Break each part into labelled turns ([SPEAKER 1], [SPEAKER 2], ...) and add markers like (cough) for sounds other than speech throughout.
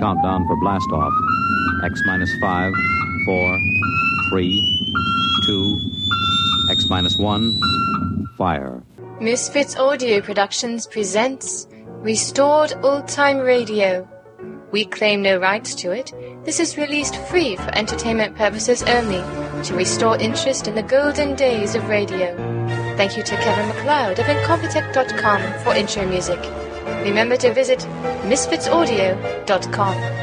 [SPEAKER 1] countdown for blast off. X minus five, four, three, two, X minus one, fire.
[SPEAKER 2] Misfits Audio Productions presents Restored Old Time Radio. We claim no rights to it. This is released free for entertainment purposes only to restore interest in the golden days of radio. Thank you to Kevin McLeod of Incompetech.com for intro music. Remember to visit misfitsaudio.com.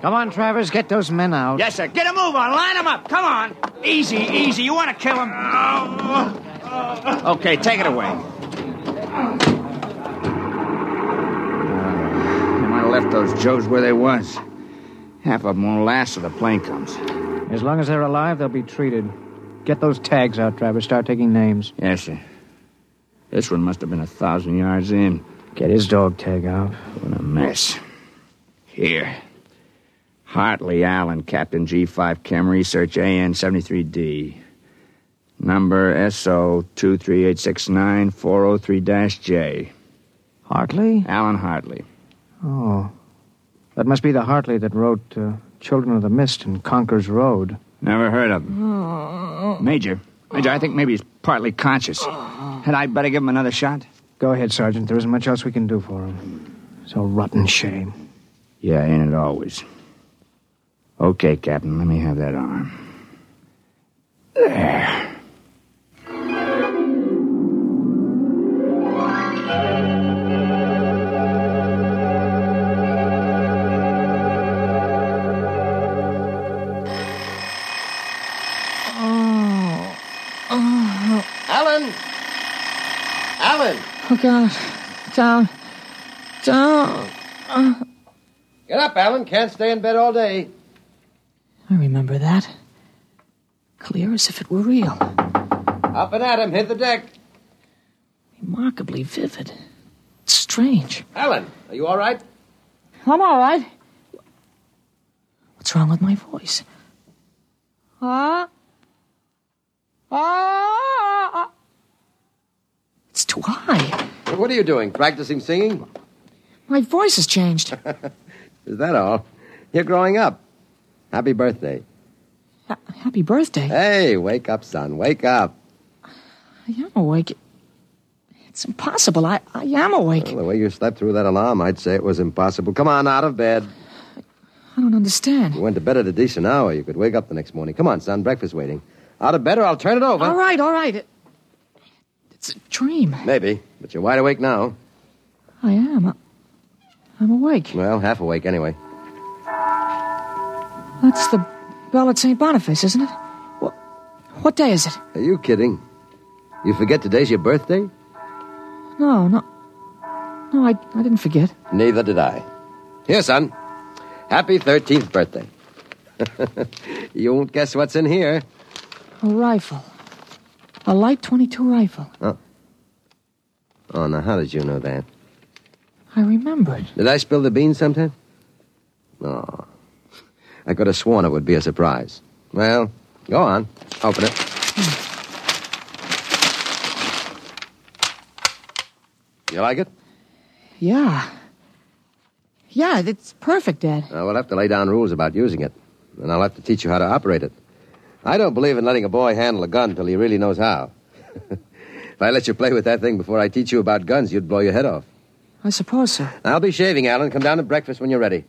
[SPEAKER 3] Come on, Travers, get those men out.
[SPEAKER 4] Yes, sir. Get a move on. Line them up. Come on. Easy, easy. You want to kill him? Okay, take it away.
[SPEAKER 5] I might have left those Joes where they was. Half of them won't last till the plane comes.
[SPEAKER 3] As long as they're alive, they'll be treated. Get those tags out, Travers. Start taking names.
[SPEAKER 5] Yes, sir. This one must have been a thousand yards in.
[SPEAKER 3] Get his dog tag out.
[SPEAKER 5] What a mess. Here. Hartley Allen, Captain G5, Chem Research, AN 73D. Number SO 23869 403 J.
[SPEAKER 3] Hartley?
[SPEAKER 5] Allen Hartley.
[SPEAKER 3] Oh. That must be the Hartley that wrote uh, Children of the Mist and Conquer's Road.
[SPEAKER 5] Never heard of him. Major. Major, I think maybe he's partly conscious. Had I better give him another shot?
[SPEAKER 3] Go ahead, Sergeant. There isn't much else we can do for him. It's a rotten shame.
[SPEAKER 5] Yeah, ain't it always? Okay, Captain, let me have that arm.
[SPEAKER 6] Alan! Alan!
[SPEAKER 7] Oh, God. Down. Down.
[SPEAKER 6] Get up, Alan. Can't stay in bed all day.
[SPEAKER 7] I remember that. Clear as if it were real.
[SPEAKER 6] Up and at him. Hit the deck.
[SPEAKER 7] Remarkably vivid. It's strange.
[SPEAKER 6] Alan, are you all right?
[SPEAKER 7] I'm all right. What's wrong with my voice? Ah. Ah. It's too high.
[SPEAKER 6] What are you doing? Practicing singing?
[SPEAKER 7] My voice has changed.
[SPEAKER 6] Is that all? You're growing up. Happy birthday.
[SPEAKER 7] Ha- Happy birthday.
[SPEAKER 6] Hey, wake up, son. Wake up.
[SPEAKER 7] I am awake. It's impossible. I, I am awake.
[SPEAKER 6] Well, the way you slept through that alarm, I'd say it was impossible. Come on, out of bed.
[SPEAKER 7] I don't understand.
[SPEAKER 6] You went to bed at a decent hour. You could wake up the next morning. Come on, son. Breakfast waiting. Out of bed or I'll turn it over.
[SPEAKER 7] All right, all right. It, it's a dream.
[SPEAKER 6] Maybe, but you're wide awake now.
[SPEAKER 7] I am. I, I'm awake.
[SPEAKER 6] Well, half awake anyway.
[SPEAKER 7] That's the bell at St. Boniface, isn't it? What, what day is it?
[SPEAKER 6] Are you kidding? You forget today's your birthday?
[SPEAKER 7] No, no. No, I, I didn't forget.
[SPEAKER 8] Neither did I. Here, son. Happy 13th
[SPEAKER 6] (laughs)
[SPEAKER 8] birthday. you won't guess what's in here.
[SPEAKER 7] A rifle. A light 22 rifle.
[SPEAKER 8] Oh, now, how did you know that?
[SPEAKER 7] I remembered.
[SPEAKER 8] Did I spill the beans sometime? No. I could have sworn it would be a surprise. Well, go on. Open it. You like it?
[SPEAKER 7] Yeah. Yeah, it's perfect, Dad.
[SPEAKER 8] Uh, we'll have to lay down rules about using it, and I'll have to teach you how to operate it. I don't believe in letting a boy handle a gun till he really knows how. (laughs) if I let you play with that thing before I teach you about guns, you'd blow your head off.
[SPEAKER 7] I suppose so.
[SPEAKER 8] I'll be shaving, Alan. Come down to breakfast when you're ready.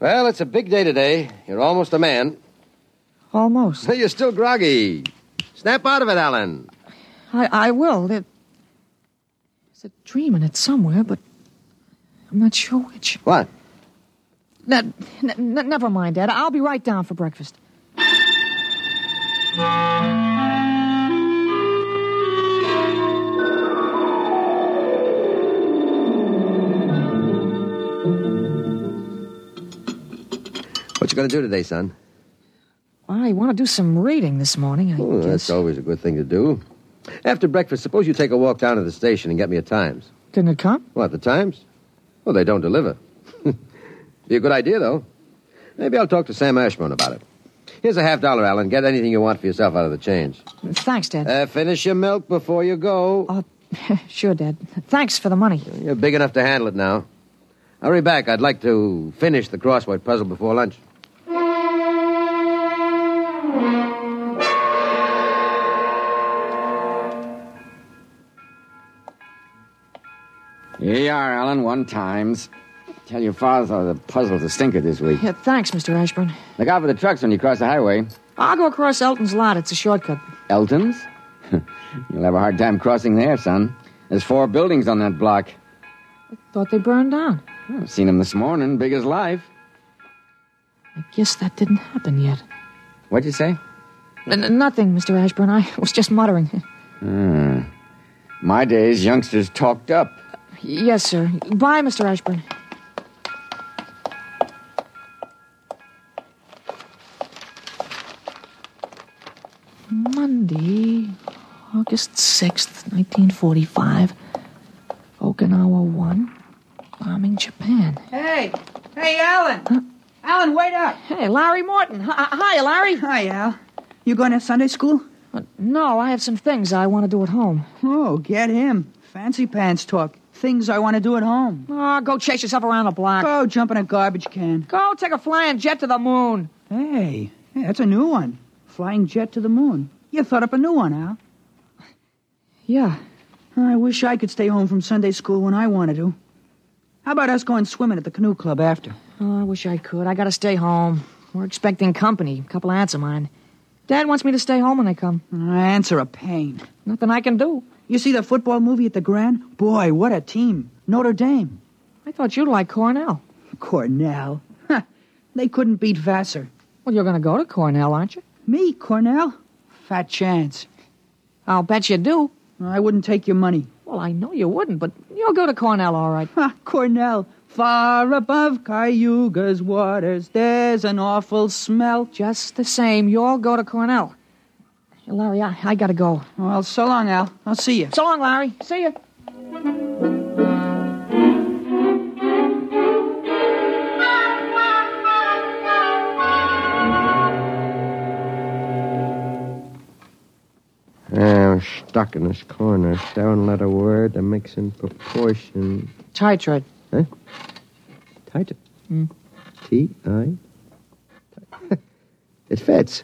[SPEAKER 8] Well, it's a big day today. You're almost a man. (laughs)
[SPEAKER 7] Almost.
[SPEAKER 8] You're still groggy. Snap out of it, Alan.
[SPEAKER 7] I, I will. It, it's a dream and it's somewhere, but I'm not sure which.
[SPEAKER 8] What?
[SPEAKER 7] No, n- n- never mind, Dad. I'll be right down for breakfast.
[SPEAKER 8] What you gonna do today, son?
[SPEAKER 7] I want to do some reading this morning, I
[SPEAKER 8] Well,
[SPEAKER 7] guess.
[SPEAKER 8] Oh, that's always a good thing to do. After breakfast, suppose you take a walk down to the station and get me a Times.
[SPEAKER 7] Didn't it come?
[SPEAKER 8] What, the Times? Well, they don't deliver. (laughs) Be a good idea, though. Maybe I'll talk to Sam Ashburn about it. Here's a half dollar, Alan. Get anything you want for yourself out of the change.
[SPEAKER 7] Thanks, Dad. Oh,
[SPEAKER 8] Uh, finish your milk before you go.
[SPEAKER 7] (laughs) sure, Dad. Thanks for the money.
[SPEAKER 8] You're big enough to handle it now. Hurry back. I'd like to finish the crossword puzzle before lunch.
[SPEAKER 1] Here you are, E Alan, one times. Tell your father the puzzle's a stinker this week.
[SPEAKER 7] Yeah, thanks, Mr. Ashburn.
[SPEAKER 1] Look out for the trucks when you cross the highway.
[SPEAKER 7] I'll go across Elton's lot. It's a shortcut.
[SPEAKER 1] Elton's? (laughs) You'll have a hard time crossing there, son. There's four buildings on that block.
[SPEAKER 7] Thought they burned down.
[SPEAKER 1] I've seen 'em this morning, big as life.
[SPEAKER 7] I guess that didn't happen yet.
[SPEAKER 1] What'd you say?
[SPEAKER 7] N- n- nothing, Mr. Ashburn. I was just muttering.
[SPEAKER 1] My days, youngsters talked up.
[SPEAKER 7] yes, sir. Bye, Mr. Ashburn. Monday, August 6th, 1945. Okinawa 1, bombing Japan.
[SPEAKER 5] Hey, hey, Alan! Alan, wait up!
[SPEAKER 7] Hey, Larry Morton. Hi, hi, Larry. Uh,
[SPEAKER 5] Hi, Al. You going to Sunday school?
[SPEAKER 7] No, I have some things I want to do at home.
[SPEAKER 5] Oh, get him. Fancy pants talk. Things I want to do at home.
[SPEAKER 7] Oh, go chase yourself around the block.
[SPEAKER 5] Go jump in a garbage can.
[SPEAKER 7] Go take a flying jet to the moon.
[SPEAKER 5] Hey, hey, that's a new one. Flying jet to the moon. You thought up a new one, Al.
[SPEAKER 7] Yeah.
[SPEAKER 5] I wish I could stay home from Sunday school when I wanted to. How about us going swimming at the canoe club after?
[SPEAKER 7] Oh, I wish I could. I gotta stay home. We're expecting company, a couple of aunts of mine. Dad wants me to stay home when they come.
[SPEAKER 5] Answer a pain.
[SPEAKER 7] Nothing I can do.
[SPEAKER 5] You see the football movie at the Grand? Boy, what a team. Notre Dame.
[SPEAKER 7] I thought you'd like Cornell.
[SPEAKER 5] Cornell. (laughs) Huh. They couldn't beat Vassar.
[SPEAKER 7] Well, you're gonna go to Cornell, aren't you?
[SPEAKER 5] Me, Cornell? Fat chance.
[SPEAKER 7] I'll bet you do.
[SPEAKER 5] I wouldn't take your money.
[SPEAKER 7] Well, I know you wouldn't, but you'll go to Cornell, all right.
[SPEAKER 5] Ha, Cornell. Far above Cayuga's waters, there's an awful smell.
[SPEAKER 7] Just the same, you'll go to Cornell. Larry, I, I gotta go.
[SPEAKER 5] Well, so long, Al. I'll see you.
[SPEAKER 7] So long, Larry. See you.
[SPEAKER 8] I'm stuck in this corner, staring at a word that makes in proportion.
[SPEAKER 7] Titrate.
[SPEAKER 8] Titan. T I. (laughs) It fits.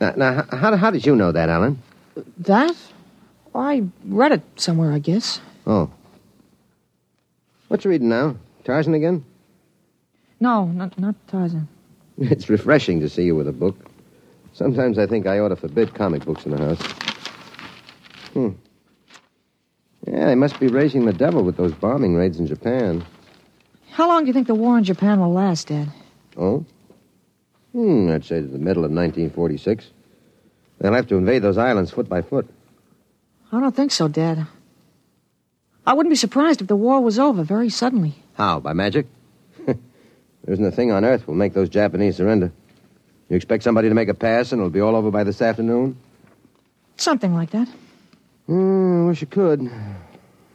[SPEAKER 8] Now, now h- how, how did you know that, Alan?
[SPEAKER 7] That? I read it somewhere, I guess.
[SPEAKER 8] Oh. What you reading now? Tarzan again? (laughs)
[SPEAKER 7] No, not, not Tarzan.
[SPEAKER 8] It's refreshing to see you with a book. Sometimes I think I ought to forbid comic books in the house. Hmm. Yeah, they must be raising the devil with those bombing raids in Japan.
[SPEAKER 7] How long do you think the war in Japan will last, Dad?
[SPEAKER 8] Oh? Hmm, I'd say to the middle of 1946. They'll have to invade those islands foot by foot.
[SPEAKER 7] I don't think so, Dad. I wouldn't be surprised if the war was over very suddenly.
[SPEAKER 8] How? By magic? (laughs) there isn't a thing on earth will make those Japanese surrender. You expect somebody to make a pass and it'll be all over by this afternoon?
[SPEAKER 7] Something like that.
[SPEAKER 8] Hmm, I wish you could.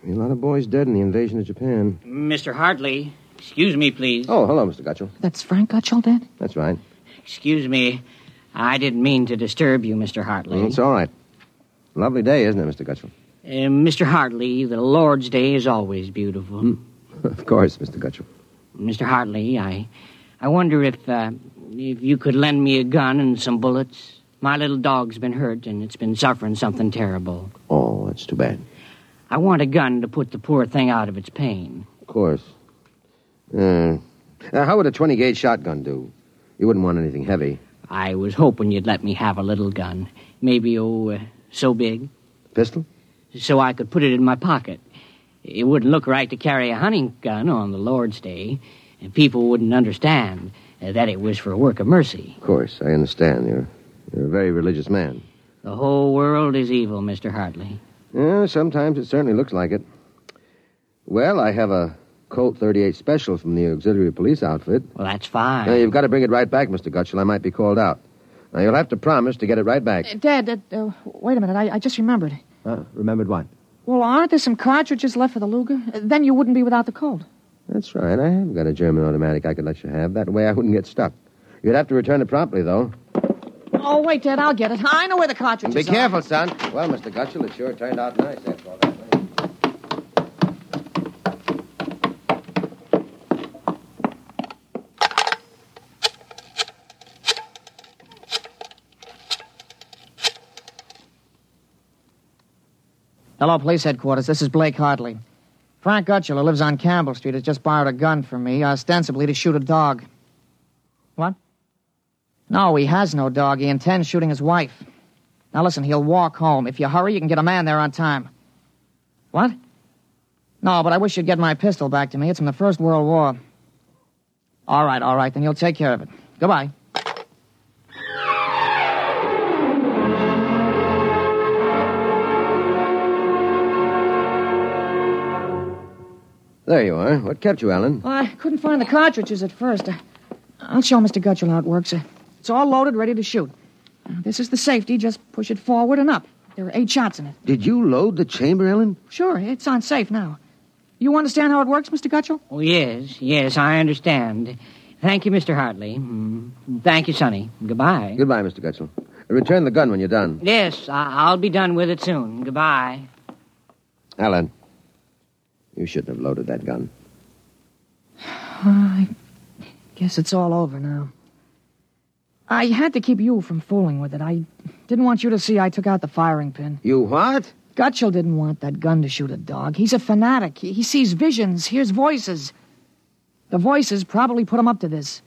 [SPEAKER 8] Be a lot of boys dead in the invasion of Japan.
[SPEAKER 5] Mr. Hartley, excuse me, please.
[SPEAKER 8] Oh, hello, Mr. Gutchell.
[SPEAKER 7] That's Frank Gutchell, Dad?
[SPEAKER 8] That's right.
[SPEAKER 5] Excuse me. I didn't mean to disturb you, Mr. Hartley.
[SPEAKER 8] It's all right. Lovely day, isn't it, Mr. Gutchell? (laughs)
[SPEAKER 5] Uh, Mr. Hartley, the Lord's Day is always beautiful.
[SPEAKER 8] Of course, Mr. Gutchell.
[SPEAKER 5] Mr. Hartley, I, I wonder if, uh, if you could lend me a gun and some bullets. My little dog's been hurt and it's been suffering something terrible.
[SPEAKER 8] Oh, that's too bad.
[SPEAKER 5] I want a gun to put the poor thing out of its pain.
[SPEAKER 8] Of course. Uh, now, how would a 20 gauge shotgun do? You wouldn't want anything heavy.
[SPEAKER 5] I was hoping you'd let me have a little gun, maybe oh, uh, so big,
[SPEAKER 8] Pistol?
[SPEAKER 5] so I could put it in my pocket. It wouldn't look right to carry a hunting gun on the Lord's Day, and people wouldn't understand uh, that it was for a work of mercy.
[SPEAKER 8] Of course, I understand. You're, you're a very religious man.
[SPEAKER 5] The whole world is evil, Mr. Hartley.
[SPEAKER 8] Yeah, sometimes it certainly looks like it. Well, I have a Colt 38 special from the auxiliary police outfit.
[SPEAKER 5] Well, that's fine.
[SPEAKER 8] Now, you've got to bring it right back, Mr. Gutchell. I might be called out. Now, you'll have to promise to get it right back.
[SPEAKER 7] Uh, Dad, uh, uh, wait a minute. I, I just remembered.
[SPEAKER 8] Uh, remembered what?
[SPEAKER 7] Well, aren't there some cartridges left for the Luger? Uh, Then you wouldn't be without the Colt.
[SPEAKER 8] That's right. I have got a German automatic I could let you have. That way I wouldn't get stuck. You'd have to return it promptly, though.
[SPEAKER 7] Oh, wait, Dad, I'll get it. I know where the cartridges
[SPEAKER 8] Be
[SPEAKER 7] are.
[SPEAKER 8] careful, son. Well, Mr. Gutchell, it sure turned out nice after all that.
[SPEAKER 9] Hello, police headquarters. This is Blake Hartley. Frank Gutchell, who lives on Campbell Street, has just borrowed a gun from me, ostensibly to shoot a dog. What? No, he has no dog. He intends shooting his wife. Now listen, he'll walk home. If you hurry, you can get a man there on time. What? No, but I wish you'd get my pistol back to me. It's from the First World War. All right, all right, then you'll take care of it. Goodbye.
[SPEAKER 8] There you are. What kept you, Alan?
[SPEAKER 7] Well, I couldn't find the cartridges at first. I, I'll show Mr. Gutchell how it works. Uh, It's all loaded, ready to shoot. Uh, This is the safety. Just push it forward and up. There are eight shots in it.
[SPEAKER 8] Did you load the chamber, Ellen?
[SPEAKER 7] Sure, it's on safe now. You understand how it works, Mr. Gutchell?
[SPEAKER 5] Oh, yes, yes, I understand. Thank you, Mr. Hartley. Mm. Thank you, Sonny. Goodbye.
[SPEAKER 8] Goodbye, Mr. Gutchell. Return the gun when you're done.
[SPEAKER 5] Yes, I- I'll be done with it soon. Goodbye.
[SPEAKER 8] Alan, you shouldn't have loaded that gun.
[SPEAKER 7] I guess it's all over now. I had to keep you from fooling with it. I didn't want you to see I took out the firing pin.
[SPEAKER 8] You what?
[SPEAKER 7] Gutchell didn't want that gun to shoot a dog. He's a fanatic. He, he sees visions, hears voices. The voices probably put him up to this.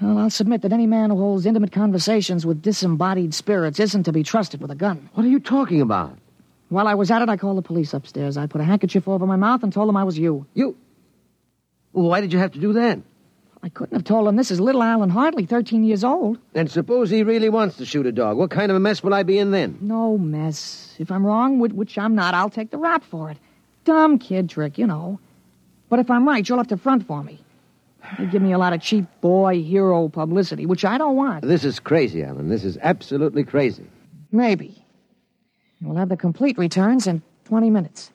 [SPEAKER 7] Well, I'll submit that any man who holds intimate conversations with disembodied spirits isn't to be trusted with a gun.
[SPEAKER 8] What are you talking about?
[SPEAKER 7] While I was at it, I called the police upstairs. I put a handkerchief over my mouth and told them I was you.
[SPEAKER 8] You? Why did you have to do that?
[SPEAKER 7] I couldn't have told them this is little Alan Hartley, 13 years old.
[SPEAKER 8] And suppose he really wants to shoot a dog. What kind of a mess will I be in then?
[SPEAKER 7] No mess. If I'm wrong, whi- which I'm not, I'll take the rap for it. Dumb kid trick, you know. But if I'm right, you'll have to front for me. They give me a lot of cheap boy hero publicity, which I don't want.
[SPEAKER 8] This is crazy, Alan. This is absolutely crazy.
[SPEAKER 7] Maybe. We'll have the complete returns in 20 minutes.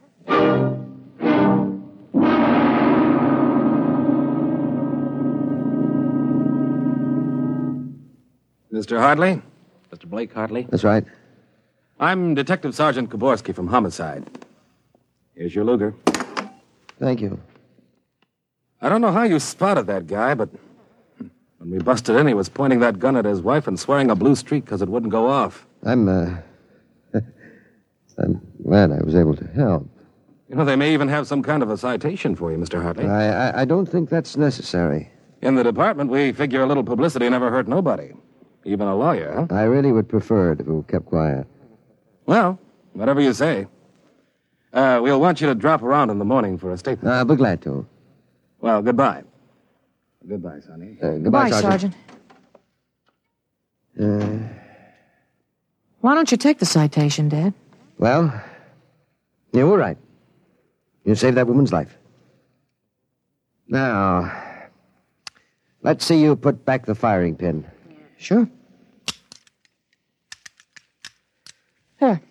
[SPEAKER 10] Mr. Hartley? Mr. Blake Hartley?
[SPEAKER 8] That's right.
[SPEAKER 10] I'm Detective Sergeant Koborski from Homicide. Here's your Luger.
[SPEAKER 8] Thank you.
[SPEAKER 10] I don't know how you spotted that guy, but when we busted in, he was pointing that gun at his wife and swearing a blue streak because it wouldn't go off.
[SPEAKER 8] I'm, uh. (laughs) I'm glad I was able to help.
[SPEAKER 10] You know, they may even have some kind of a citation for you, Mr.
[SPEAKER 8] I,
[SPEAKER 10] Hartley.
[SPEAKER 8] I, I don't think that's necessary.
[SPEAKER 10] In the department, we figure a little publicity never hurt nobody, even a lawyer, huh?
[SPEAKER 8] I really would prefer it if it were kept quiet.
[SPEAKER 10] Well, whatever you say. Uh, we'll want you to drop around in the morning for a statement.
[SPEAKER 8] I'll be Uh, glad to.
[SPEAKER 10] Well, goodbye. Goodbye, Sonny.
[SPEAKER 8] Uh, goodbye, Sergeant. Uh,
[SPEAKER 7] Why don't you take the citation, Dad?
[SPEAKER 8] well, you were right. You saved that woman's life. Now, let's see you put back the firing pin.
[SPEAKER 7] Sure. Here.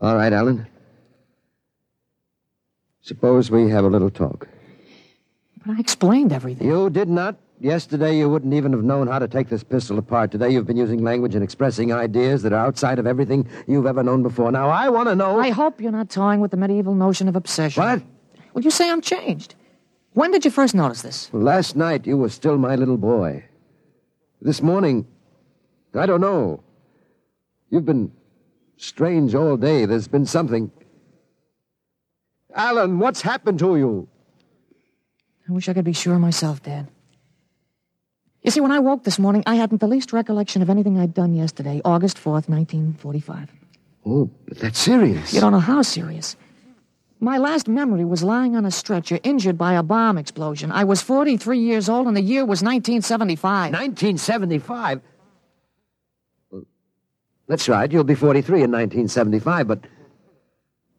[SPEAKER 8] All right, Alan. Suppose we have a little talk.
[SPEAKER 7] But I explained everything.
[SPEAKER 8] You did not. Yesterday, you wouldn't even have known how to take this pistol apart. Today, you've been using language and expressing ideas that are outside of everything you've ever known before. Now, I want to know.
[SPEAKER 7] I hope you're not toying with the medieval notion of obsession. What? Well, you say I'm changed. When did you first notice this?
[SPEAKER 8] Last night, you were still my little boy. This morning, I don't know. You've been strange all day. There's been something. Alan, what's happened to you?
[SPEAKER 7] I wish I could be sure myself, Dad. You see, when I woke this morning, I hadn't the least recollection of anything I'd done yesterday, August 4th, 1945.
[SPEAKER 8] Oh, but that's serious.
[SPEAKER 7] You don't know how serious. My last memory was lying on a stretcher, injured by a bomb explosion. I was 43 years old, and the year was 1975.
[SPEAKER 8] 1975? That's right. You'll be 43 in 1975, but.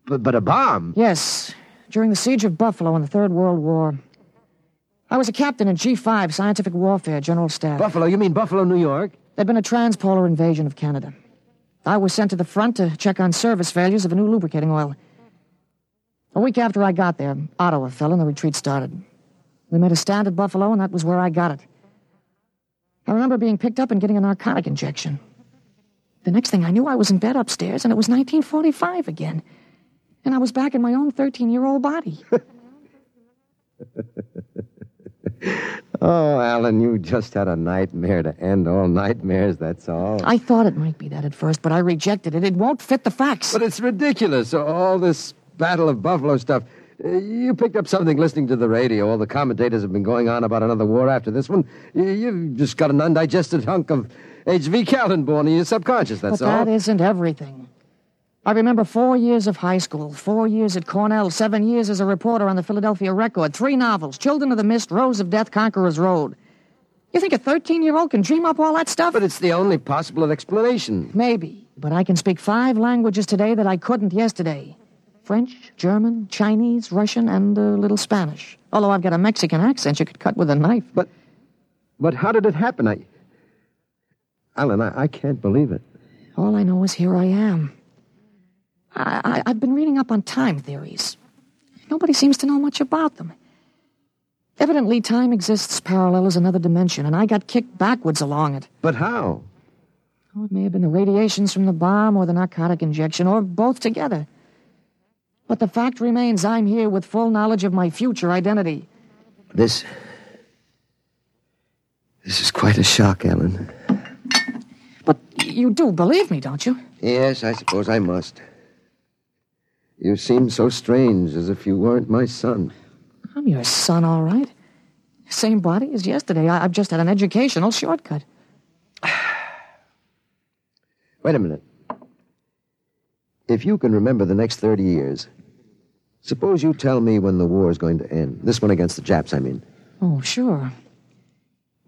[SPEAKER 8] But, but a bomb?
[SPEAKER 7] Yes, during the siege of Buffalo in the Third World War. I was a captain in G5, Scientific Warfare, General Staff.
[SPEAKER 8] Buffalo? You mean Buffalo, New York?
[SPEAKER 7] There'd been a transpolar invasion of Canada. I was sent to the front to check on service failures of a new lubricating oil. A week after I got there, Ottawa fell and the retreat started. We made a stand at Buffalo, and that was where I got it. I remember being picked up and getting a narcotic injection. The next thing I knew, I was in bed upstairs, and it was 1945 again. And I was back in my own 13 year old body.
[SPEAKER 8] Oh, Alan, you just had a nightmare to end all nightmares, that's all.
[SPEAKER 7] I thought it might be that at first, but I rejected it. It won't fit the facts.
[SPEAKER 8] But it's ridiculous. All this Battle of Buffalo stuff. Uh, You picked up something listening to the radio. All the commentators have been going on about another war after this one. You- You've just got an undigested hunk of H.V. Callan born in your subconscious, that's
[SPEAKER 7] but
[SPEAKER 8] all.
[SPEAKER 7] that isn't everything. I remember four years of high school, four years at Cornell, seven years as a reporter on the Philadelphia Record, three novels Children of the Mist, Rose of Death, Conqueror's Road. You think a 13 year old can dream up all that stuff?
[SPEAKER 8] But it's the only possible explanation.
[SPEAKER 7] Maybe, but I can speak five languages today that I couldn't yesterday French, German, Chinese, Russian, and a little Spanish. Although I've got a Mexican accent you could cut with a knife.
[SPEAKER 8] But But how did it happen? I. Alan, I, I can't believe it.
[SPEAKER 7] All I know is here I am. I, I, I've been reading up on time theories. Nobody seems to know much about them. Evidently, time exists parallel as another dimension, and I got kicked backwards along it.
[SPEAKER 8] But how?
[SPEAKER 7] Oh, it may have been the radiations from the bomb or the narcotic injection, or both together. But the fact remains I'm here with full knowledge of my future identity.
[SPEAKER 8] This. This is quite a shock, Alan.
[SPEAKER 7] You do believe me, don't you?
[SPEAKER 8] Yes, I suppose I must. You seem so strange, as if you weren't my son.
[SPEAKER 7] I'm your son, all right. Same body as yesterday. I, I've just had an educational shortcut.
[SPEAKER 8] Wait a minute. If you can remember the next 30 years, suppose you tell me when the war is going to end. This one against the Japs, I mean.
[SPEAKER 7] Oh, sure.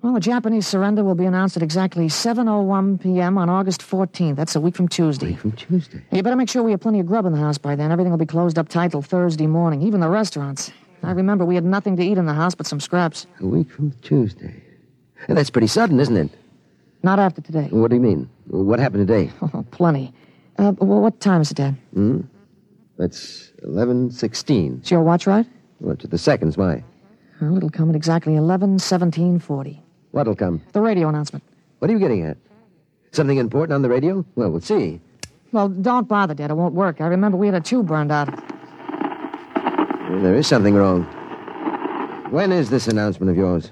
[SPEAKER 7] Well, the Japanese surrender will be announced at exactly 7.01 p.m. on August 14th. That's a week from Tuesday.
[SPEAKER 8] from Tuesday.
[SPEAKER 7] You better make sure we have plenty of grub in the house by then. Everything will be closed up tight till Thursday morning, even the restaurants. I remember we had nothing to eat in the house but some scraps.
[SPEAKER 8] A week from Tuesday. And that's pretty sudden, isn't it?
[SPEAKER 7] Not after today. Oh,
[SPEAKER 8] What do you mean? What happened today?
[SPEAKER 7] Plenty. Uh, well, what time is it, Dad?
[SPEAKER 8] Hmm? That's 11.16.
[SPEAKER 7] Is your watch right?
[SPEAKER 8] Well, to the seconds, why?
[SPEAKER 7] Well, it'll come at exactly 11.17.40.
[SPEAKER 8] What'll come?
[SPEAKER 7] The radio announcement.
[SPEAKER 8] What are you getting at? Something important on the radio? Well, we'll see.
[SPEAKER 7] Well, don't bother, Dad. It won't work. I remember we had a tube burned out.
[SPEAKER 8] There is something wrong. When is this announcement of yours?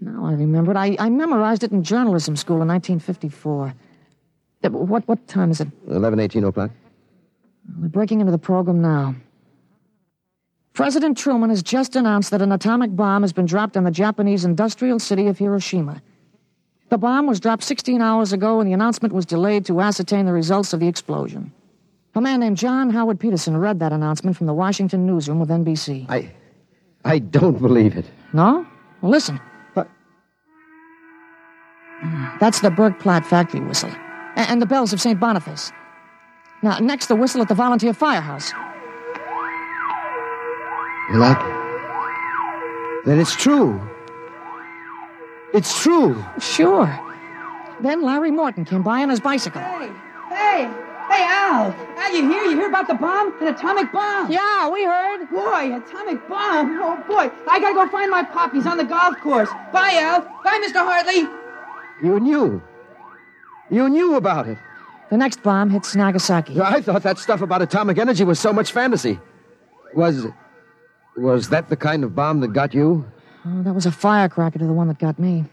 [SPEAKER 7] Now I remember it. I, I memorized it in journalism school in 1954. Uh, What, what time is it?
[SPEAKER 8] 11, 18 o'clock?
[SPEAKER 7] We're breaking into the program now. President Truman has just announced that an atomic bomb has been dropped on the Japanese industrial city of Hiroshima. The bomb was dropped 16 hours ago, and the announcement was delayed to ascertain the results of the explosion. A man named John Howard Peterson read that announcement from the Washington newsroom with NBC.
[SPEAKER 8] I. I don't believe it.
[SPEAKER 7] No? Well, listen. Mm, That's the Burke Platt factory whistle. A- And the bells of St. Boniface. Now, next, the whistle at the volunteer firehouse.
[SPEAKER 3] You like it? Then it's true. It's true.
[SPEAKER 7] Sure. Then Larry Morton came by on his bicycle.
[SPEAKER 5] Hey, hey, Al! Al, you hear? You hear about the bomb? An atomic bomb?
[SPEAKER 7] Yeah, we heard.
[SPEAKER 5] Boy, atomic bomb! Oh boy, I gotta go find my pop. He's on the golf course. Bye, Al. Bye, Mr. Hartley.
[SPEAKER 3] You knew. You knew about it.
[SPEAKER 7] The next bomb hits Nagasaki.
[SPEAKER 3] I thought that stuff about atomic energy was so much fantasy.
[SPEAKER 11] Was. Was that the kind of bomb that got you?
[SPEAKER 7] Oh, that was a firecracker to the one that got me.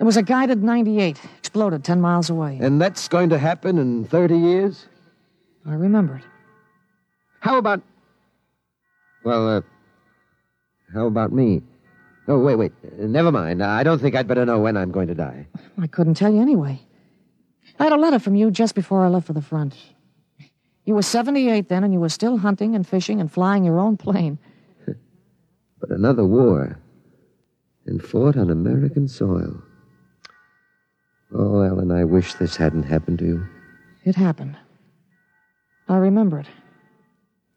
[SPEAKER 7] It was a guided 98, exploded 10 miles away.
[SPEAKER 11] And that's going to happen in 30 years?
[SPEAKER 7] I remember it.
[SPEAKER 11] How about. Well, uh. How about me? Oh, wait, wait. Uh, Never mind. I don't think I'd better know when I'm going to die.
[SPEAKER 7] I couldn't tell you anyway. I had a letter from you just before I left for the front. You were 78 then, and you were still hunting and fishing and flying your own plane.
[SPEAKER 11] But another war. And fought on American soil. Oh, Ellen, I wish this hadn't happened to you.
[SPEAKER 7] It happened. I remember it.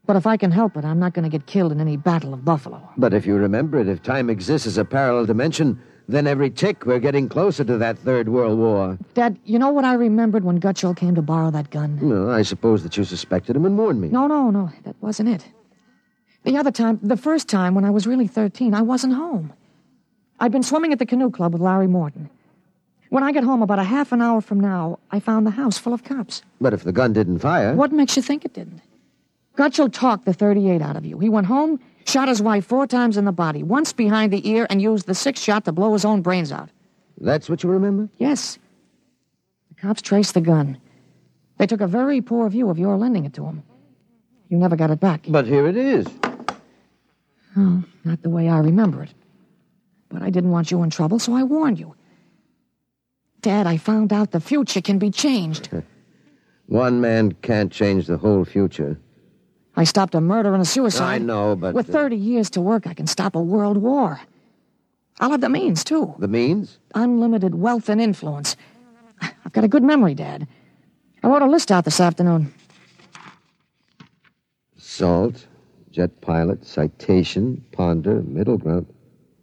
[SPEAKER 7] But if I can help it, I'm not going to get killed in any battle of Buffalo.
[SPEAKER 11] But if you remember it, if time exists as a parallel dimension, then every tick we're getting closer to that Third World War.
[SPEAKER 7] Dad, you know what I remembered when Gutschall came to borrow that gun?
[SPEAKER 11] No, I suppose that you suspected him and warned me.
[SPEAKER 7] No, no, no, that wasn't it. The other time, the first time when I was really 13, I wasn't home. I'd been swimming at the canoe club with Larry Morton. When I got home about a half an hour from now, I found the house full of cops.
[SPEAKER 11] But if the gun didn't fire.
[SPEAKER 7] What makes you think it didn't? Gutschall talked the 38 out of you. He went home, shot his wife four times in the body, once behind the ear, and used the sixth shot to blow his own brains out.
[SPEAKER 11] That's what you remember?
[SPEAKER 7] Yes. The cops traced the gun. They took a very poor view of your lending it to them. You never got it back.
[SPEAKER 11] But here it is.
[SPEAKER 7] Oh, not the way I remember it. But I didn't want you in trouble, so I warned you. Dad, I found out the future can be changed.
[SPEAKER 11] One man can't change the whole future.
[SPEAKER 7] I stopped a murder and a suicide.
[SPEAKER 11] I know, but.
[SPEAKER 7] With
[SPEAKER 11] uh,
[SPEAKER 7] 30 years to work, I can stop a world war. I'll have the means, too.
[SPEAKER 11] The means?
[SPEAKER 7] Unlimited wealth and influence. I've got a good memory, Dad. I wrote a list out this afternoon.
[SPEAKER 11] Salt, jet pilot, citation, ponder, middle ground.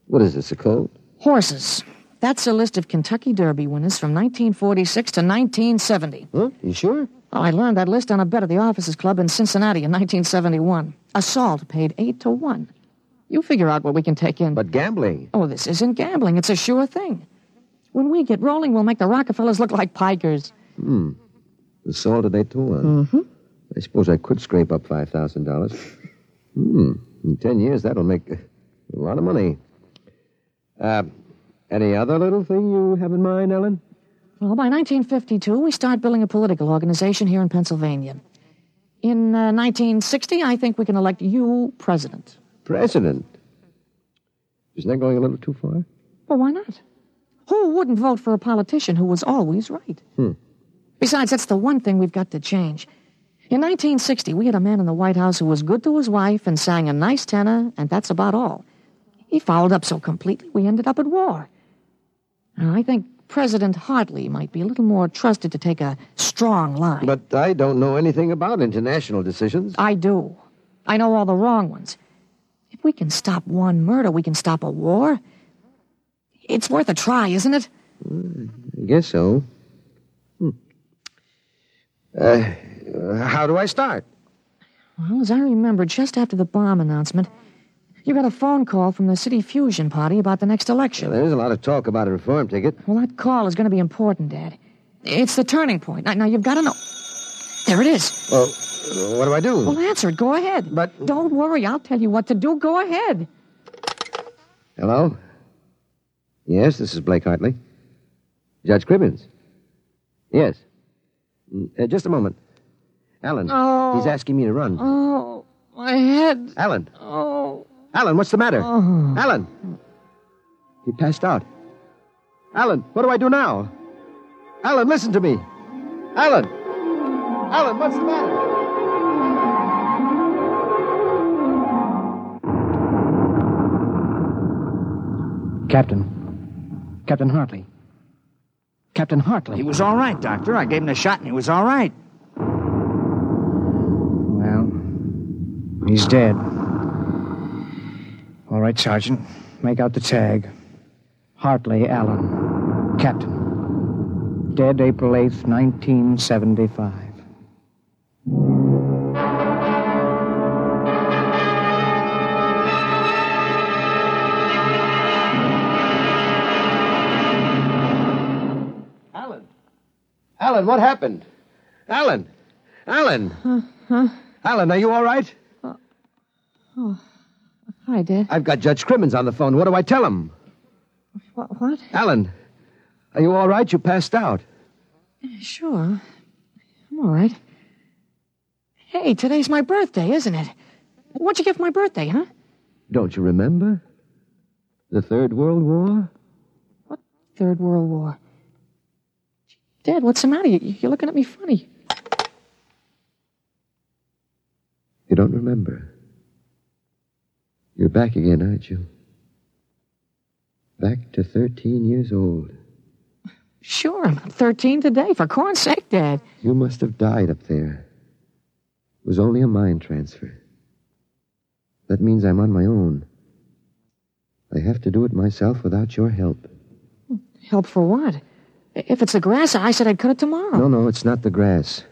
[SPEAKER 11] What is this, a code?
[SPEAKER 7] Horses. That's a list of Kentucky Derby winners from 1946 to 1970.
[SPEAKER 11] Huh? You sure?
[SPEAKER 7] Well, I learned that list on a bet at the Officers Club in Cincinnati in 1971. Assault paid 8 to 1. You figure out what we can take in.
[SPEAKER 11] But gambling.
[SPEAKER 7] Oh, this isn't gambling. It's a sure thing. When we get rolling, we'll make the Rockefellers look like pikers.
[SPEAKER 11] Hmm. Assault at 8 to 1.
[SPEAKER 7] Mm-hmm.
[SPEAKER 11] I suppose I could scrape up $5,000. Hmm. In 10 years, that'll make a lot of money. Uh, any other little thing you have in mind, Ellen?
[SPEAKER 7] Well, by 1952, we start building a political organization here in Pennsylvania. In uh, 1960, I think we can elect you president.
[SPEAKER 11] President? Isn't that going a little too far?
[SPEAKER 7] Well, why not? Who wouldn't vote for a politician who was always right?
[SPEAKER 11] Hmm.
[SPEAKER 7] Besides, that's the one thing we've got to change. In 1960, we had a man in the White House who was good to his wife and sang a nice tenor, and that's about all. He fouled up so completely, we ended up at war. Now, I think President Hartley might be a little more trusted to take a strong line.
[SPEAKER 11] But I don't know anything about international decisions.
[SPEAKER 7] I do. I know all the wrong ones. If we can stop one murder, we can stop a war. It's worth a try, isn't it?
[SPEAKER 11] I guess so. Hmm. Uh, uh, how do I start?
[SPEAKER 7] Well, as I remember, just after the bomb announcement, you got a phone call from the City Fusion Party about the next election.
[SPEAKER 11] There is a lot of talk about a reform ticket.
[SPEAKER 7] Well, that call is going to be important, Dad. It's the turning point. Now, now you've got to know. There it is.
[SPEAKER 11] Well, uh, what do I do?
[SPEAKER 7] Well, answer it. Go ahead.
[SPEAKER 11] But-
[SPEAKER 7] don't worry. I'll tell you what to do. Go ahead.
[SPEAKER 11] Hello? Yes, this is Blake Hartley. Judge Cribbins. Yes. Mm, uh, just a moment. Alan.
[SPEAKER 7] Oh.
[SPEAKER 11] He's asking me to run.
[SPEAKER 7] Oh, my head.
[SPEAKER 11] Alan.
[SPEAKER 7] Oh,
[SPEAKER 11] Alan, what's the matter?
[SPEAKER 7] Oh.
[SPEAKER 11] Alan. He passed out. Alan, what do I do now? Alan, listen to me. Alan. Alan, what's the matter?
[SPEAKER 3] Captain. Captain Hartley. Captain Hartley.
[SPEAKER 12] He was all right, Doctor. I gave him the shot and he was all right.
[SPEAKER 3] Well, he's dead. right, Sergeant. Make out the tag. Hartley Allen, Captain. Dead April 8th, 1975.
[SPEAKER 8] Alan. Alan, what happened? Alan. Alan.
[SPEAKER 13] Huh?
[SPEAKER 8] Alan, are you all right?
[SPEAKER 13] Oh, hi, Dad.
[SPEAKER 8] I've got Judge Crimmins on the phone. What do I tell him?
[SPEAKER 13] What? what?
[SPEAKER 8] Alan, are you all right? You passed out.
[SPEAKER 13] Sure. I'm all right.
[SPEAKER 7] Hey, today's my birthday, isn't it? What'd you get for my birthday, huh?
[SPEAKER 8] Don't you remember? The Third World War?
[SPEAKER 7] Third World War. Dad, what's the matter? You- You're looking at me funny.
[SPEAKER 8] You don't remember. You're back again, aren't you? Back to 13 years old.
[SPEAKER 7] Sure, I'm 13 today, for corn's sake, Dad.
[SPEAKER 8] You must have died up there. It was only a mind transfer. That means I'm on my own. I have to do it myself without your help.
[SPEAKER 7] Help for what? If it's the grass, I said I'd cut it tomorrow.
[SPEAKER 8] No, no, it's not the grass.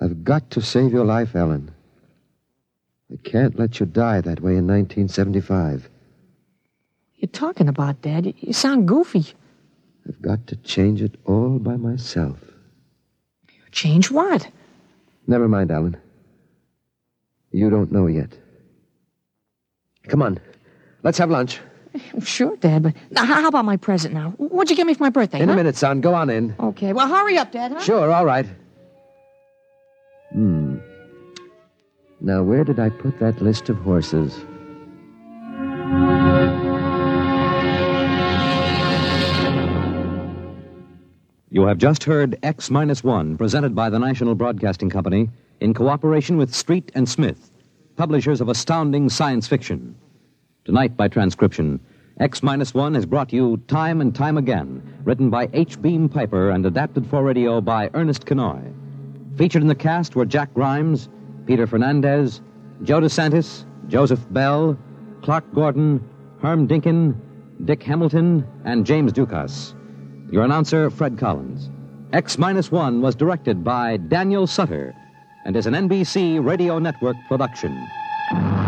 [SPEAKER 8] I've got to save your life, Ellen. I can't let you die that way in 1975.
[SPEAKER 7] You're talking about, Dad. You- You sound goofy.
[SPEAKER 8] I've got to change it all by myself.
[SPEAKER 7] Change what?
[SPEAKER 8] Never mind, Alan. You don't know yet. Come on. Let's have lunch.
[SPEAKER 7] Sure, Dad, but now, how how about my present now? What'd you get me for my birthday?
[SPEAKER 8] in
[SPEAKER 7] huh?
[SPEAKER 8] a minute, son. Go on in.
[SPEAKER 7] Okay, well, hurry up, Dad, huh?
[SPEAKER 8] Sure, all right. Hmm. Now, where did I put that list of horses?
[SPEAKER 1] You have just heard X Minus One, presented by the National Broadcasting Company in cooperation with Street and Smith, publishers of astounding science fiction. Tonight, by transcription, X Minus One has brought you Time and Time Again, written by H. Beam Piper and adapted for radio by Ernest Kenoy. Featured in the cast were Jack Grimes, Peter Fernandez, Joe DeSantis, Joseph Bell, Clark Gordon, Herm Dinkin, Dick Hamilton, and James Dukas. Your announcer, Fred Collins. X Minus One was directed by Daniel Sutter and is an NBC Radio Network production.